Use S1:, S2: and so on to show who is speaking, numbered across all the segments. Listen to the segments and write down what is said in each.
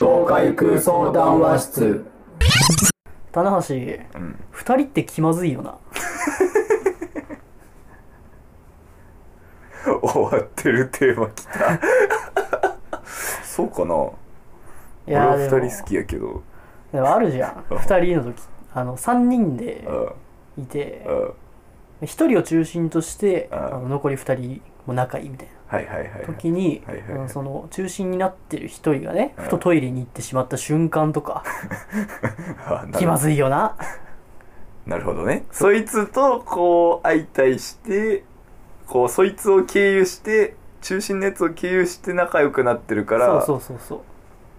S1: 外空想談話室
S2: 棚橋、二人って気まずいよな。
S3: 終わってるテーマきた そうかない俺は
S2: でも
S3: 2人好きやけど
S2: でもあるじゃん。
S3: うん
S2: 二人の時。あの、三人で
S3: うん
S2: いて、
S3: うんは
S2: 一人を中心として、
S3: うん
S2: あの残り二人も仲いいみたい
S3: いはいはいはい
S2: な時に、
S3: はいはいはい
S2: あのその中心になってる一人がね、
S3: うん
S2: ふとトイレに行ってしまった瞬間 とか、
S3: あな
S2: 気ま
S3: る
S2: ずいよな。
S3: なるほどねそいつとこう相対してこうそいつを経由して中心のやつを経由して仲良くなってるから
S2: そうそうそうそう。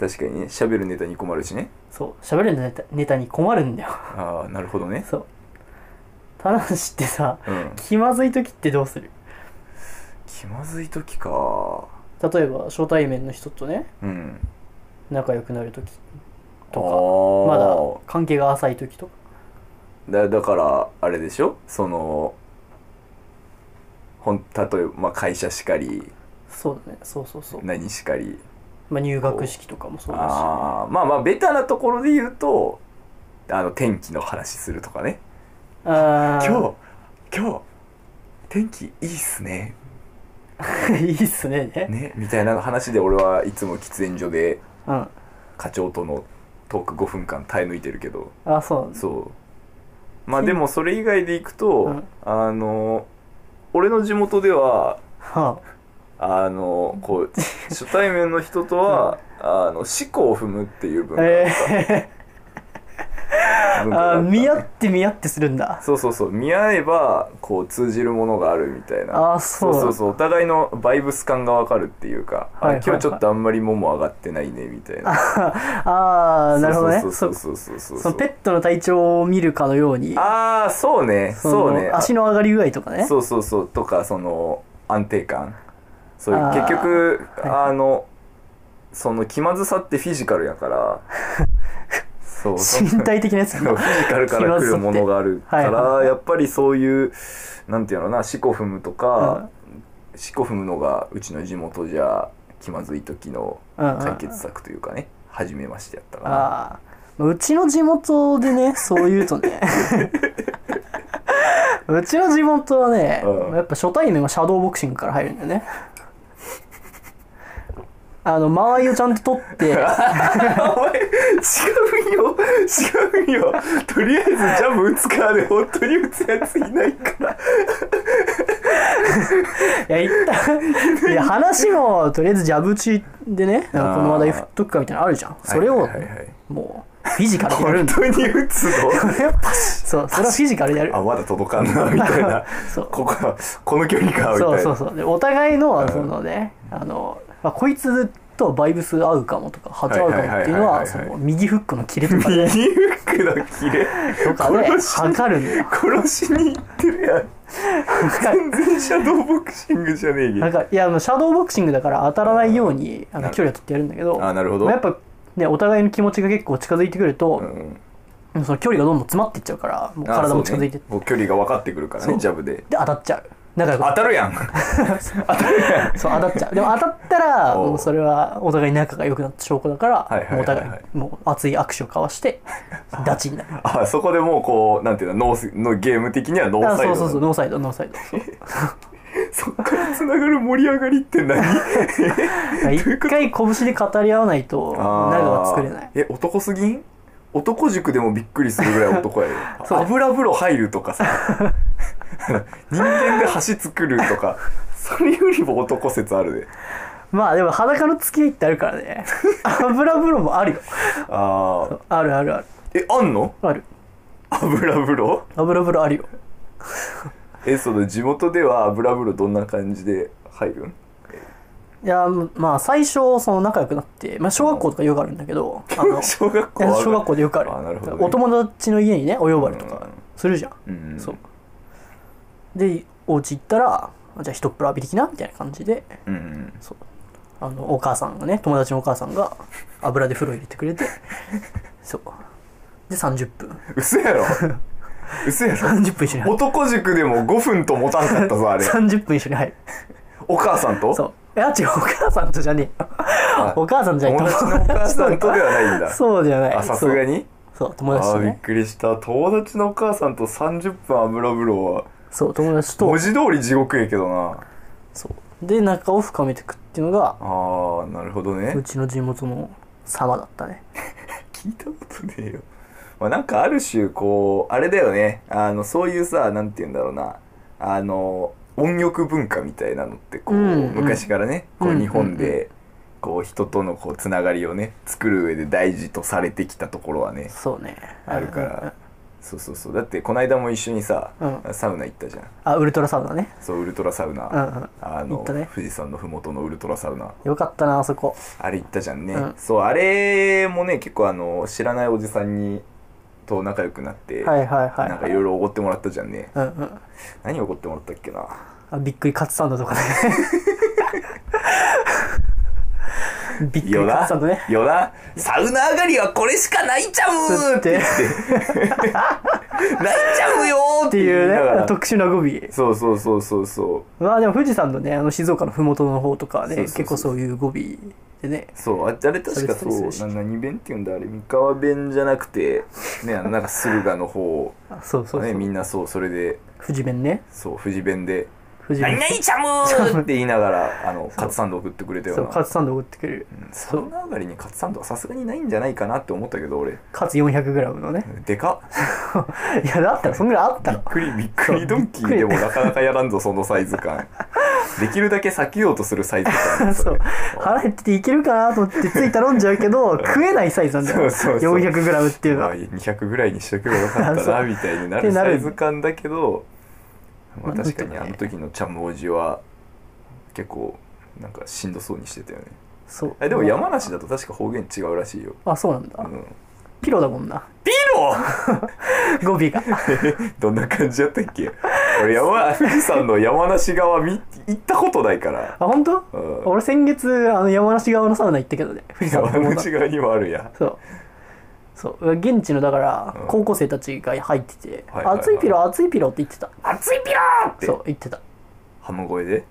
S3: 確かにね喋るネタに困るしね
S2: そう、喋るネタネタに困るんだよ。
S3: ああなるほどね
S2: そう。棚橋ってさ、
S3: うん
S2: 気まずい時ってどうする
S3: 気まずい時か
S2: 例えば、初対面の人とね、
S3: うん
S2: 仲良くなる時
S3: と
S2: とか、まだ関係が浅い時とか。
S3: だだからあれでしょそのほん例えば、まあ、会社しかり
S2: そうだね、そうそうそう。
S3: 何しかり
S2: まあ、入学式とかもそうだし。
S3: あーまあまあベタなところで言うとあの天気の話するとかね
S2: あ
S3: 今日今日天気いいっすね
S2: 日 いいっすねね。
S3: ねみたいな話で俺はいつも喫煙所で
S2: うん。
S3: 課長とのトーク5分間耐え抜いてるけど
S2: あ、そうなんだ。
S3: そうまあでもそれ以外でいくと、
S2: うん
S3: あの俺の地元では
S2: は
S3: あのこう初対面の人とは、あの思考を踏むっていう文
S2: あ、
S3: 化,、
S2: ええ
S3: 文
S2: ー、
S3: 化が
S2: あ
S3: あっ
S2: ー、
S3: た
S2: 見合って見合ってするんだ。
S3: そうそうそう見合えばこう通じるものがあるみたいな
S2: あーそう
S3: そうそうそうお互いのバイブス感がわかるっていうか、あ
S2: はいはいはい
S3: 今日ちょっとあんまりもも上がってないねみたいな
S2: ああ、なるほどね。
S3: そうそう
S2: そ
S3: そうそうそうう
S2: そのペットの体調を見るかのように、
S3: ああそうね
S2: その
S3: そうね
S2: 足の上がり具合とかね。
S3: そうそうそうとかその安定感そういう
S2: あー
S3: 結局、
S2: はいは
S3: あのその気まずさってフィジカルやから そうその
S2: 身体的なやつ
S3: フィジカルから来るものがあるか
S2: 気まずさってはいはいは
S3: ら
S2: い
S3: やっぱりそういうなんていうのかな四股踏むとか四股踏むのがうちの地元じゃ気まずい時の解決策というかね初めましてやったかな
S2: ああうちの地元 でねそう言うとね うちの地元はね、
S3: うん
S2: やっぱ初対面はシャドーボクシングから入るんだよねあの間合いをちゃんと 取って
S3: お前 違うよ違うよとりあえずジャブ打つからで本当に打つやついないから
S2: いや一旦いや話もとりあえずジャブ打ちでねなんかこの話題振っとくかみたいなのあるじゃんそれ
S3: は
S2: を、
S3: いはいはい
S2: もうフィジカルでやるん
S3: 本
S2: だ
S3: 当に打つの
S2: そうそれはフィジカルでやる
S3: あまだ届かん なみたいな
S2: そう
S3: ここはこの距離かみたいな
S2: そうそうそうでお互い
S3: う
S2: の
S3: ん
S2: そのね、あの、まあ、こいつとバイブス合うかもとか波長合うかもっていう
S3: はいはい
S2: の
S3: はいはいはい
S2: はその右フックのキレとか
S3: 右
S2: で
S3: フックの切れ
S2: とかで
S3: 殺しに
S2: 測るんだよ
S3: 殺しに行ってるやん全然シャドーボクシングじゃねえ
S2: なん
S3: け
S2: かいやもうシャドーボクシングだから当たらないようにあ
S3: な
S2: の
S3: る
S2: 距離を取ってやるんだけど
S3: あなるほど
S2: まやっぱねお互いの気持ちが結構近づいてくる
S3: う
S2: と、
S3: ん
S2: その距離がどんどん詰まっていっちゃうからもう体も近づいて
S3: あそうねもう距離が分かってくるから
S2: そ
S3: ね
S2: う
S3: ジャブで
S2: で当たっちゃう仲良く
S3: 当たるやん
S2: そう当たっちゃうでも当たった ら
S3: おう
S2: もうそれはお互い仲が良くなった証拠だから、
S3: はいはいはいはい
S2: もうお互いもう熱い握手を交わ してダチになる
S3: あそこでもうこうなんていうのノースのゲーム的にはノー
S2: あ
S3: サイ
S2: そ
S3: ド
S2: うそうそう
S3: なの
S2: ノーサイドノーサイドそう
S3: そっからつながる盛り上がりって何
S2: 一回拳で語り合わないと
S3: あー
S2: 長が作れない
S3: え男すぎん男塾でもびっくりするぐらい男やよ
S2: そう
S3: 油風呂入るとかさ 人間で橋作るとかそれよりも男説あるで
S2: まあでも裸の付き合いってあるか らね油風呂もあるよ
S3: ああ
S2: あるあるある
S3: えあんの
S2: ある
S3: 油風呂
S2: 油風呂あるよ
S3: えその地元では油風呂どんな感じで入るん
S2: いやまあ最初その仲良くなって、まあ、小学校とかよくあるんだけどあ の
S3: 小学校
S2: いや
S3: は
S2: 小学校でよくある
S3: あなるほどね
S2: お友達の家にねお呼ばれと
S3: うん
S2: かするじゃん、
S3: うん
S2: そうでお家行ったらあじゃあ一っ風呂浴びてきなみたいな感じで
S3: うんうん
S2: あのお母さんがね友達のお母さんが油で風呂入れて くれてそうで30分
S3: 嘘やろ嘘やろ
S2: 30分一緒に入る
S3: 男塾でも5分と持たんかったぞあれ
S2: 30分一緒に入る
S3: お母さんと
S2: そういや違うお母さんとじゃねえよ
S3: あ
S2: お母さんじゃない
S3: 友達のお母さんとではないんだ
S2: そうじゃない
S3: あさすがに
S2: そうそう
S3: あ
S2: 友達と
S3: ーびっ
S2: ね
S3: くりした友達のお母さんと30分油風呂は
S2: そう友達と
S3: 文字通り地獄やけどな
S2: そうで仲を深めていくっていうのが
S3: あーなるほどね
S2: うちの地元の様だったね
S3: 聞いたことねえよ、まあ、なんかある種こうあれだよねあのそういうさなんて言うんだろうなあの音欲文化みたいなのってこう、
S2: うんうん
S3: 昔からねこ
S2: うん
S3: う
S2: うん
S3: 日本でこう人とのこうつながりをね作る上で大事とされてきたところはね
S2: そうね
S3: あるからそうそうそうだってこの間も一緒にさ、
S2: う
S3: サウナ行ったじゃん
S2: あウルトラサウナね
S3: そうウルトラサウナ、
S2: うんうん
S3: あ
S2: 行
S3: の
S2: ったね
S3: 富士山の麓のウルトラサウナ
S2: よかったなあそこ
S3: あれ行ったじゃんね、
S2: うん
S3: そうあれもね結構あの知らないおじさんにと仲良くなって、
S2: はいはいはい
S3: なんかいろいろおごってもらったじゃんね
S2: うんうん
S3: 何おごってもらったっけな
S2: あびっくりカツサンド とかねびっくり
S3: よ
S2: カツ
S3: な
S2: サンドね
S3: よなサウナ上がりはこれしかないちゃ
S2: つ
S3: む
S2: ってっ
S3: ないちゃむよーってて言
S2: い
S3: いうなが
S2: ね
S3: ら
S2: 特殊な語尾
S3: そうそうそうそうそう
S2: まあでも富士山のねあの静岡の麓の方とかはね
S3: そうそうそう
S2: 結構そういう語尾でね
S3: そうああれ確かそ
S2: そう
S3: う
S2: ですそうです
S3: な何弁っていうんだあれ三河弁じゃなくてねあのなんか駿河の方
S2: あそうそうそ
S3: ね
S2: う、
S3: みんなそうそれで
S2: 富士弁ね
S3: そう富士弁で「
S2: 富士
S3: 何
S2: 弁
S3: 々ちゃ む!」って言いながらあのカツサンド送ってくれたよ
S2: そうう
S3: な
S2: カツサンド送ってくれる
S3: うんサウナ上がりにカツサンドはさすがにないんじゃないかなって思ったけど 俺
S2: カツ 400g のね
S3: でかっ
S2: いやだったらそんぐらいあった
S3: びっ
S2: ら
S3: くりびっくりドンキーでもなかなかやらんぞそのサイズ感できるだけ避けようとするサイズ感
S2: そう
S3: れ
S2: 腹減ってていけるかなと思ってつい頼んじゃうけど食えないサイズなんだよ
S3: そうそうそう
S2: 400g っていうの
S3: まあ
S2: は
S3: 200ぐらいにしとけばよかった
S2: そ
S3: な
S2: う
S3: みたいにな
S2: って
S3: る
S2: な
S3: サ
S2: る
S3: イズ感だけど、まあ、
S2: まあ
S3: 確かに
S2: ちょっと
S3: あ
S2: ね
S3: の時のチャムおじは結構なんかしんどそうにしてたよね
S2: そう
S3: えでも山梨だと確か方言違うらしいよ、
S2: あそうなん
S3: う
S2: だ
S3: ん、
S2: ピロだもんな
S3: ピロ
S2: 語尾が
S3: どんな感じやったっけ俺 山富士山の山梨側見行ったことないから
S2: あ本当、
S3: うん
S2: 俺先月あの山梨側のサウナ行ったけどね富士山の
S3: 山
S2: 方
S3: 口側にもあるやん
S2: そうそう現地のだから
S3: うん
S2: 高校生たちが入ってて「
S3: はいはいはい
S2: 熱いピロ熱いピロ」って言ってた
S3: 熱いピローって
S2: そう言ってた
S3: 浜声で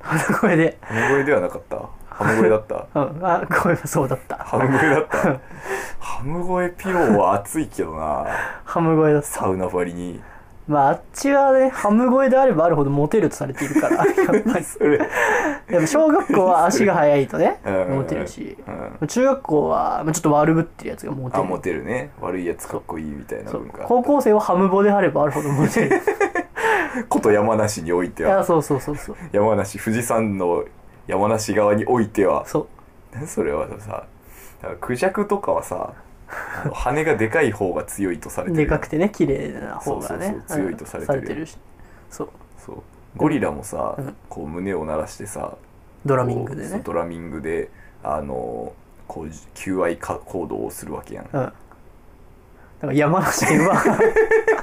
S2: 鼻声で
S3: 浜声ではなかった浜声だった
S2: うんあごめんそうだった
S3: ハム声だったハム声ピローは熱いけどな
S2: ハム声だった
S3: サウナばりに
S2: まああっちはねハム声であればあるほどモテるとされているから やっぱり
S3: それ、
S2: でも小学校は足が速いとね
S3: うん
S2: モテるし
S3: うん、
S2: 中学校はまあちょっと悪ぶってるやつがモテ
S3: あ
S2: る
S3: モテるね悪いやつかっこいいみたいな
S2: そう
S3: 文化
S2: 高校生はハムボであればあるほどモテる
S3: こと山梨において
S2: いや
S3: は
S2: そうそうそうそう
S3: 山梨富士山の山梨側においては
S2: そう
S3: 何 それはさだからクジャクとかはさあの羽がでかい方が強いとされてる
S2: でかくてね綺麗な方がね
S3: そうそうそう強いとされてる
S2: うんしそう
S3: そうゴリラもさ、
S2: うん
S3: こう胸を鳴らしてさ
S2: ドラミング
S3: こ
S2: で
S3: うそう
S2: ね
S3: ドラミングであのこう求愛か行動をするわけやん
S2: うんだから山梨県は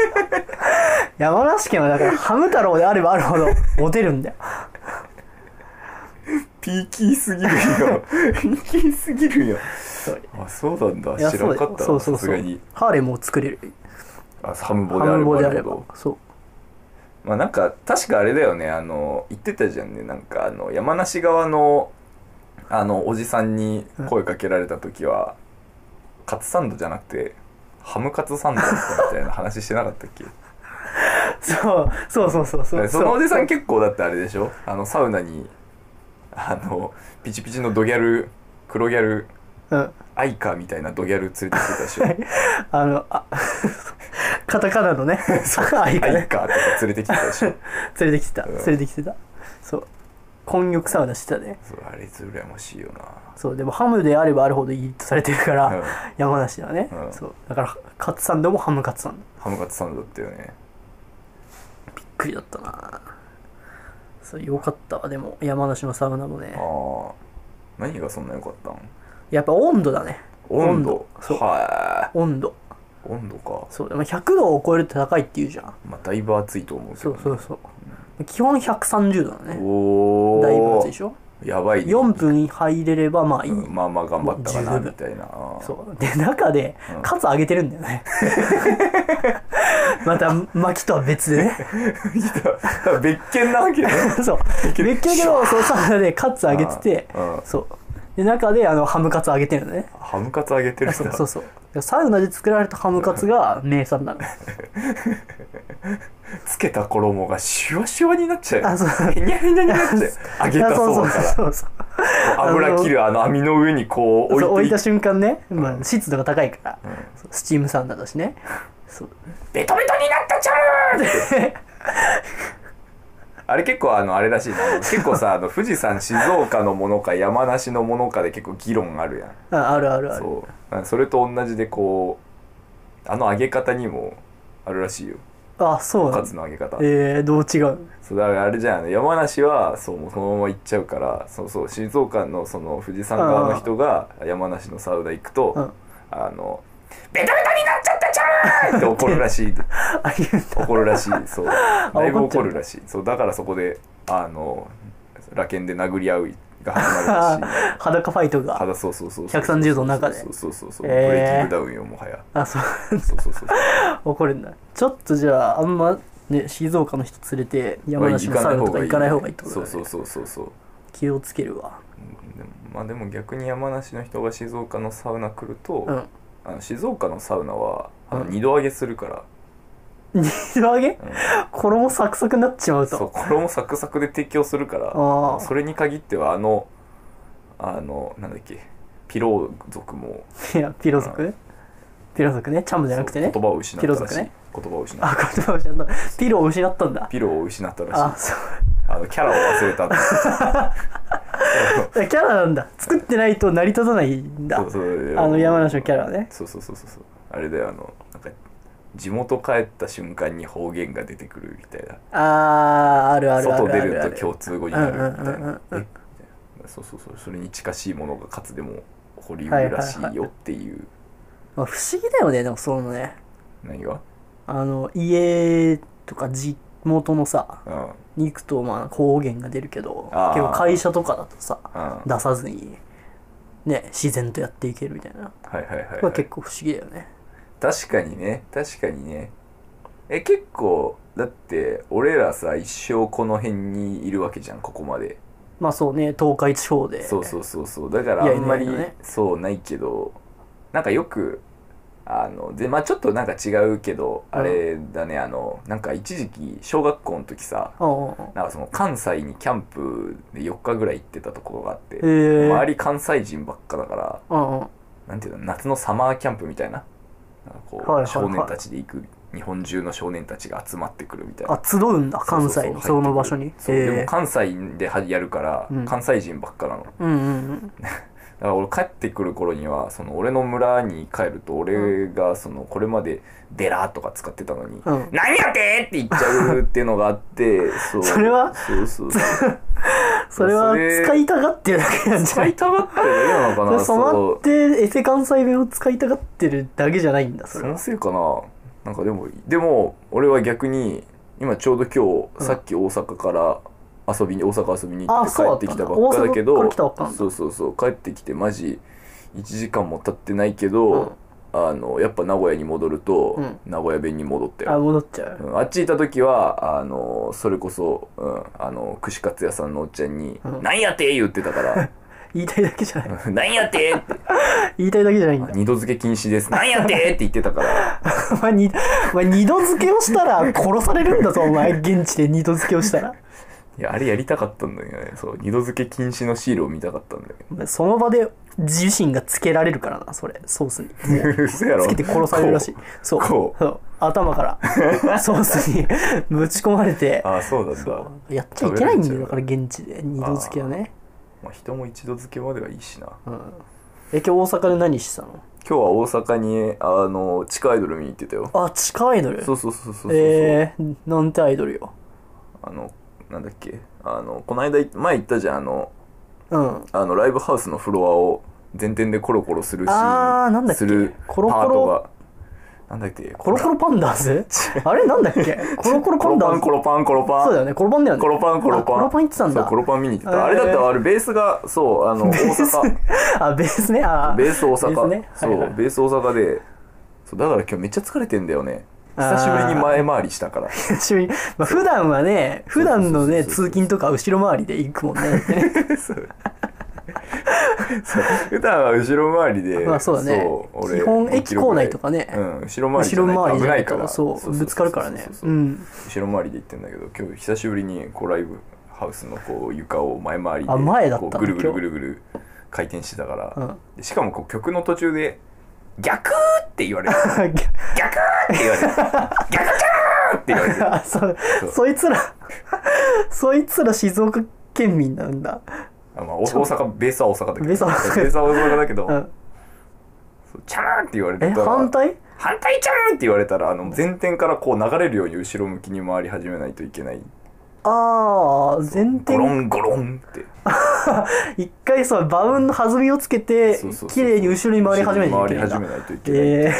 S2: 山梨県はだからハム太郎であればあるほどモテるんだよ
S3: ピーキーすぎる よピーキーすぎるよ
S2: そう
S3: あそうなんだ
S2: いや
S3: 知ら
S2: そ
S3: な
S2: うだ
S3: か
S2: よ
S3: った
S2: そう
S3: わ
S2: そう
S3: さす
S2: そ
S3: が
S2: う
S3: に
S2: ハーレムを作れる
S3: あハムボで
S2: ハ
S3: あ
S2: ム
S3: れば
S2: ボであ
S3: あ
S2: れ
S3: る
S2: ば
S3: ほど
S2: そう
S3: まあなんか確かあれだよねあの言ってたじゃんねなんかあの山梨側のあのおじさんに声かけられた時は、カツサンドじゃなくてハムカツサンドだったみたいな話してなかったっ け
S2: そうそうそうそうそう
S3: そのおじさん
S2: そう
S3: 結構だってあれでしょあのサウナにあのピチピチのドギャル黒ギャル
S2: うん
S3: アイカみたいなドギャル連れてきてたで しょ
S2: あのあ カタカナ のね愛
S3: ア
S2: が
S3: イ
S2: ね
S3: カとか連れてきてたでしょ
S2: 連れてきてた
S3: うん
S2: 連れてきてたそう混浴サウナしてたね
S3: そうあれ羨ましいよな
S2: そうでもハムであればあるほどいいとされてるから、
S3: うん
S2: 山梨ではね、
S3: うん
S2: そうだからカツサンドもハムカツサンドび
S3: ハムカツサンドだったよね
S2: っくりだったなそうよかったわでも山梨のサウナもね
S3: ああ何がそんな良かったん
S2: やっぱ温度だね
S3: 温
S2: 温
S3: 度
S2: 度そう
S3: は
S2: 温度
S3: い温度か
S2: そうでも100度を超えると高いっていうじゃん
S3: まあだいぶ暑いと思うけ
S2: そ
S3: ど、
S2: うそうそう、基本130度だね
S3: おお
S2: だいぶ暑いでしょ
S3: やばいね
S2: 4分入れればまあいい、
S3: うんまあまあ頑張ったか
S2: も
S3: な
S2: う十分
S3: みたいなあー
S2: そうで中で
S3: うん
S2: カツ揚げてるんだよね また薪とは別でね
S3: 別件なわけね
S2: そう別件やけどそうサウナでカツ揚げてて
S3: あーうん
S2: そうで中であのハムカツ揚げてる のね
S3: ハムカツ揚げてる
S2: そ
S3: 人
S2: う
S3: だ
S2: そうそうでサウナで作られたハムカツが名 産なの
S3: つけた衣がシュワシュワになっちゃ
S2: あ
S3: う
S2: そう
S3: ふ にゃふにゃになっちゃう揚げたそうだ
S2: い
S3: か
S2: や
S3: ら
S2: そうそうそうそう
S3: こう油切るあの網の上にこう
S2: そう置
S3: 置い
S2: い
S3: て
S2: た
S3: い
S2: 瞬間ね、まあ、湿度が高いから、そうスチームサウナだ しねそう
S3: ベトベトになったちゃうってあれ結構あのあれらしいなあの結構さあの富士山静岡のものか山梨のものかで結構議論あるやん
S2: ああるあるある
S3: そうあそれと同じでこうあの揚げ方にもあるらしいよ
S2: あそうな
S3: カ
S2: ん
S3: ツの揚げ方
S2: えー、どう違う
S3: そうだからあれじゃん山梨はそうもうそのまま行っちゃうからそうそう静岡のその富士山側の人が山梨のサウナ行くと、
S2: うん
S3: あの「ベタベタになっちゃったじゃん!」って怒るらしい
S2: あ言うんだ
S3: 怒るら しいそうだいぶ
S2: 怒っち
S3: 怒
S2: ゃうん
S3: る
S2: だ
S3: らしいそうだからそこであのラケンで殴り合うが始まるらし い
S2: 裸ファイトが
S3: 肌そうそうそうそう
S2: 130度の中で
S3: そうそうそうそう、
S2: へー
S3: ブレイキングダウンよもはや
S2: あそう
S3: そうそうそうそう
S2: 怒るんだちょっとじゃああんまね静岡の人連れて山梨のサウナとか行かない方がいいってことだ、ね、
S3: そうそうそうそうそう
S2: 気をつけるわ
S3: でもまあでも逆に山梨の人が静岡のサウナ来ると、
S2: うん
S3: あの静岡のサウナはあの
S2: うん
S3: 二度揚げするから、
S2: 二度揚げ
S3: うん
S2: 衣サクサクになっちまう
S3: そう
S2: と
S3: 衣サクサクで提供するから
S2: あー
S3: それに限ってはあのあのなんだっけピロー族も
S2: いやピロ
S3: う
S2: 族ピロ族ねチャムじゃなく
S3: そ
S2: て
S3: う
S2: ね
S3: 言葉を失ったらしい
S2: ピロ族ね
S3: 言葉を失った
S2: あ言葉を失ったピロを失ったんだ
S3: ピローを失ったらしい
S2: あ
S3: あ
S2: そう
S3: のキャラを忘れた
S2: キャラなんだ作ってないと成り立たないんだ
S3: そうそう
S2: あの山梨のキャラはね
S3: そうそうそうそうそうあれだよあのなんか地元帰った瞬間に方言が出てくるみたいな
S2: あーあるあるあるあ
S3: 外
S2: る
S3: 出
S2: あ
S3: る
S2: る
S3: と共通語になるみたい
S2: うんうんうんうん
S3: なえみたいなそうそうそうそれに近しいものがかつでも起こりうるらしいよっていう
S2: まあ不思議だよねでもそのね
S3: 何が
S2: あの家とか地元のさ
S3: うんうん
S2: に行くとまあ方言が出るけど
S3: あー
S2: 結構会社とかだとさ
S3: は
S2: 出さずにね自然とやっていけるみたいなこ
S3: いはいはい
S2: れ
S3: は
S2: はい結構不思議だよね
S3: 確かにね確かにねえ結構だって俺らさ一生この辺にいるわけじゃんここまで
S2: まあそうね東海地方で
S3: そうそうそうそうだから
S2: いや
S3: あんまり
S2: いないよね
S3: そうないけどなんかよくあのでまあちょっとなんか違うけどあれだねあのなんか一時期小学校の時さ
S2: うんうんうん
S3: なんかその関西にキャンプで4日ぐらい行ってたところがあって
S2: へえ
S3: 周り関西人ばっかだから
S2: うんうん
S3: なんていうの夏のサマーキャンプみたいななんかこう、
S2: はいはいはい
S3: 少年たちで行く日本中の少年たちが集まってくるみたいな
S2: あ集うんだ関
S3: そう
S2: 西
S3: そうそう
S2: のその場所に
S3: そうで
S2: え
S3: も関西ではやるから、
S2: うん
S3: 関西人ばっかなの
S2: うんうんうん
S3: だから俺帰ってくる頃にはその俺の村に帰ると俺がそのこれまで「デラ」とか使ってたのに「
S2: うん
S3: 何やって!」って言っちゃうっていうのがあって そう
S2: それは
S3: そうそうそう
S2: それは
S3: それ
S2: 使いたがってるだけなんじゃな
S3: 使い
S2: い
S3: たがってるだけなの
S2: そ
S3: か
S2: れ
S3: な
S2: 染
S3: そ
S2: まっ
S3: う
S2: てエセ関西弁を使いたがってるだけじゃないんだそ
S3: そ
S2: れは
S3: のせいかななんかでもでも俺は逆に今ちょうど今日、
S2: ん
S3: さっき大阪から遊びに大阪遊びに行っ
S2: あ
S3: て帰
S2: そうだっ
S3: って
S2: たんだ
S3: きたばっかだけど
S2: 大阪から来たばっかなんだ
S3: そうそうそう帰ってきてマジ1時間も経ってないけど、あのやっぱ名古屋に戻ると、
S2: うん
S3: 名古屋弁に戻った
S2: あ
S3: よ
S2: 戻っちゃう
S3: うんあっちいた時はあのそれこそ、うん、あの串カツ屋さんのおっちゃんに「
S2: うん
S3: なんやて!」言ってたから
S2: 言いたいだけじゃない
S3: 「なんやて!」って
S2: 言いたいだけじゃないんだ
S3: 「二度漬け禁止です」「なんやて!」って言ってたから
S2: お前にお前二度漬けをしたら殺されるんだぞお前現地で二度漬けをしたら
S3: いや、あれやりたかったんだよね。そう、二度漬け禁止のシールを見たかったんだよ
S2: お前その場で自身がつけられるからなそれソースにもう
S3: ね。嘘やろ
S2: つけて殺されるらしい
S3: こ
S2: そう
S3: こ
S2: そう頭か らソースに ぶち込まれて
S3: うああ、そうなんだ。
S2: やっちゃいけないんだよだ
S3: 食
S2: か
S3: べ
S2: ら
S3: ら
S2: 現地で二度漬けはね、
S3: まあ、人も一度漬けまではいいしな。
S2: うん、え今日大阪で何してたの
S3: 今日は大阪に、あの、地下アイドル見に行ってたよ。
S2: あ地下アイドル
S3: そうそうそうそうそうそう。
S2: えー、なんてアイドルよ
S3: あの、なんだっけ。あの、この間い、前言ったじゃん、あの、
S2: うん
S3: あの、ライブハウスのフロアを前転でコロコロするし、
S2: あーなんだっけ
S3: する
S2: コロコロ
S3: パートが。なんだっけ、
S2: コロコロパンダーズあれなんだっ けコロコロ
S3: コ
S2: パ
S3: ロ
S2: ンダ
S3: パ
S2: ー
S3: ン、
S2: ズ
S3: コロパン、コロパン。
S2: そうだよねコロパンだよ ね
S3: コロパンコロパン
S2: あコロパン行ってたんだ
S3: そうコロパン見に行ってた、
S2: えー
S3: あれだってあれベースがそうあの大阪
S2: あベースね あ
S3: ベース大阪
S2: ベースね
S3: そう、
S2: はいはい
S3: ベース大阪でそうだから今日めっちゃ疲れてんだよね久しぶりに前回りしたから
S2: 久しぶりにまあ、普段はね普段
S3: そう
S2: のね
S3: そうそうそう
S2: 通勤とか後ろ回りで行くもんねだってね
S3: そう歌は後ろ回りで、
S2: まあそうだね
S3: そう俺
S2: 基本駅構内とかね
S3: うん、後ろ回りじゃ
S2: 後
S3: ないと
S2: ろ回り
S3: 危
S2: じゃ
S3: な
S2: ないい
S3: から
S2: とそうぶつかるからね
S3: そうそうそう
S2: う
S3: ん後ろ回りで行ってんだけど今日久しぶりにこうライブハウスのこう床を前回りで
S2: あ前だっ
S3: こ
S2: たん
S3: う
S2: だ
S3: ぐるぐる
S2: 今
S3: ぐ
S2: 日
S3: るぐる回転してたから、
S2: うん
S3: でしかもこう曲の途中で「逆!」って言われ る逆って言われる逆じゃーって言われる
S2: あそう
S3: そう
S2: そいつら そいつら静岡県民なんだ
S3: あ、まあ、お大阪ベースは大阪だけど
S2: ベースは大阪
S3: ベースは大阪だけど、
S2: うん
S3: そうチャーンって言われた
S2: え
S3: ら
S2: 反対
S3: 反対チャーンって言われたらあの前転からこう流れるように後ろ向きに回り始めないといけない
S2: ああ前
S3: ゴロ
S2: 転
S3: ンゴロンって
S2: 一回そうバウンド弾みをつけて
S3: そうそうそう
S2: 綺麗に後ろに回り始めないといけない
S3: 後ろ
S2: ん
S3: に回り始め
S2: だ
S3: ないといけない
S2: え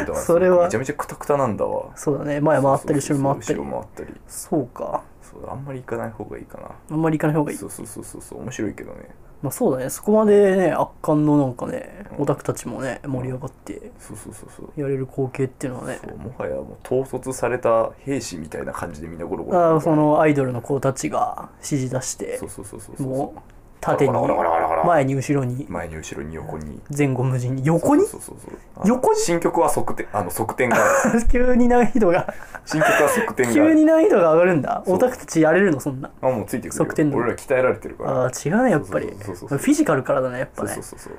S3: ってだから
S2: それは
S3: めちゃめちゃクタクタなんだわ
S2: ー、そうだね前回ったり
S3: そ
S2: 後
S3: う
S2: ろに
S3: そう
S2: 回ったり
S3: 後ろ回ったり
S2: そうか
S3: そうあんまり行かない方がいいかな
S2: あんまり行かない方がいい
S3: そうそうそうそうそう面白いけどね
S2: まあそうだねそこまでね圧巻のなんかねオタクたちもね盛り上がって
S3: そうそうそうそう
S2: やれる光景っていうのはね
S3: そうもはやもう統率された兵士みたいな感じでみんなゴロゴロ
S2: あーそのアイドルの子たちが指示出して
S3: そうそうそうそうそう
S2: もう縦に
S3: ゴロゴロゴロゴロゴロ
S2: 前に後ろに
S3: 前に後ろに横に
S2: 前後無人に横に
S3: そうそうそうそうあの
S2: 横に
S3: 新曲は側転あの側転がある
S2: 急に難易度が
S3: 新曲は側転がある
S2: 急に難易度が上がるんだ
S3: う
S2: オタクたちやれるのそんな
S3: あもうついてくるよ
S2: 側転の
S3: 俺ら鍛えられてるから
S2: あー違うねやっぱ
S3: そ
S2: り
S3: うそう
S2: フ
S3: そうそう
S2: ィジカルからだねやっぱ
S3: そう
S2: ね
S3: そうそう
S2: やっ
S3: そ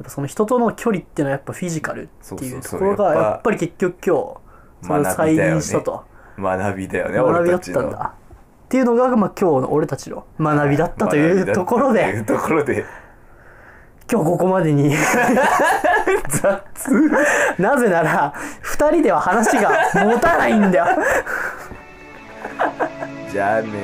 S3: う
S2: ぱその人との距離っていうのはやっぱフィジカルっていうと
S3: そうそ
S2: ころ
S3: うそう
S2: が
S3: やっぱ
S2: やっぱり結局今日それを再現したと
S3: 学びだよね
S2: 学び
S3: 俺
S2: だ
S3: た
S2: っ
S3: ち
S2: たん
S3: の
S2: だっていうのがまあ今日の俺たちの学びだったというところ
S3: 学びだ
S2: で
S3: ったというところで
S2: 今日ここまでに なぜなら2人では話が持たないんだよ
S3: じゃあねー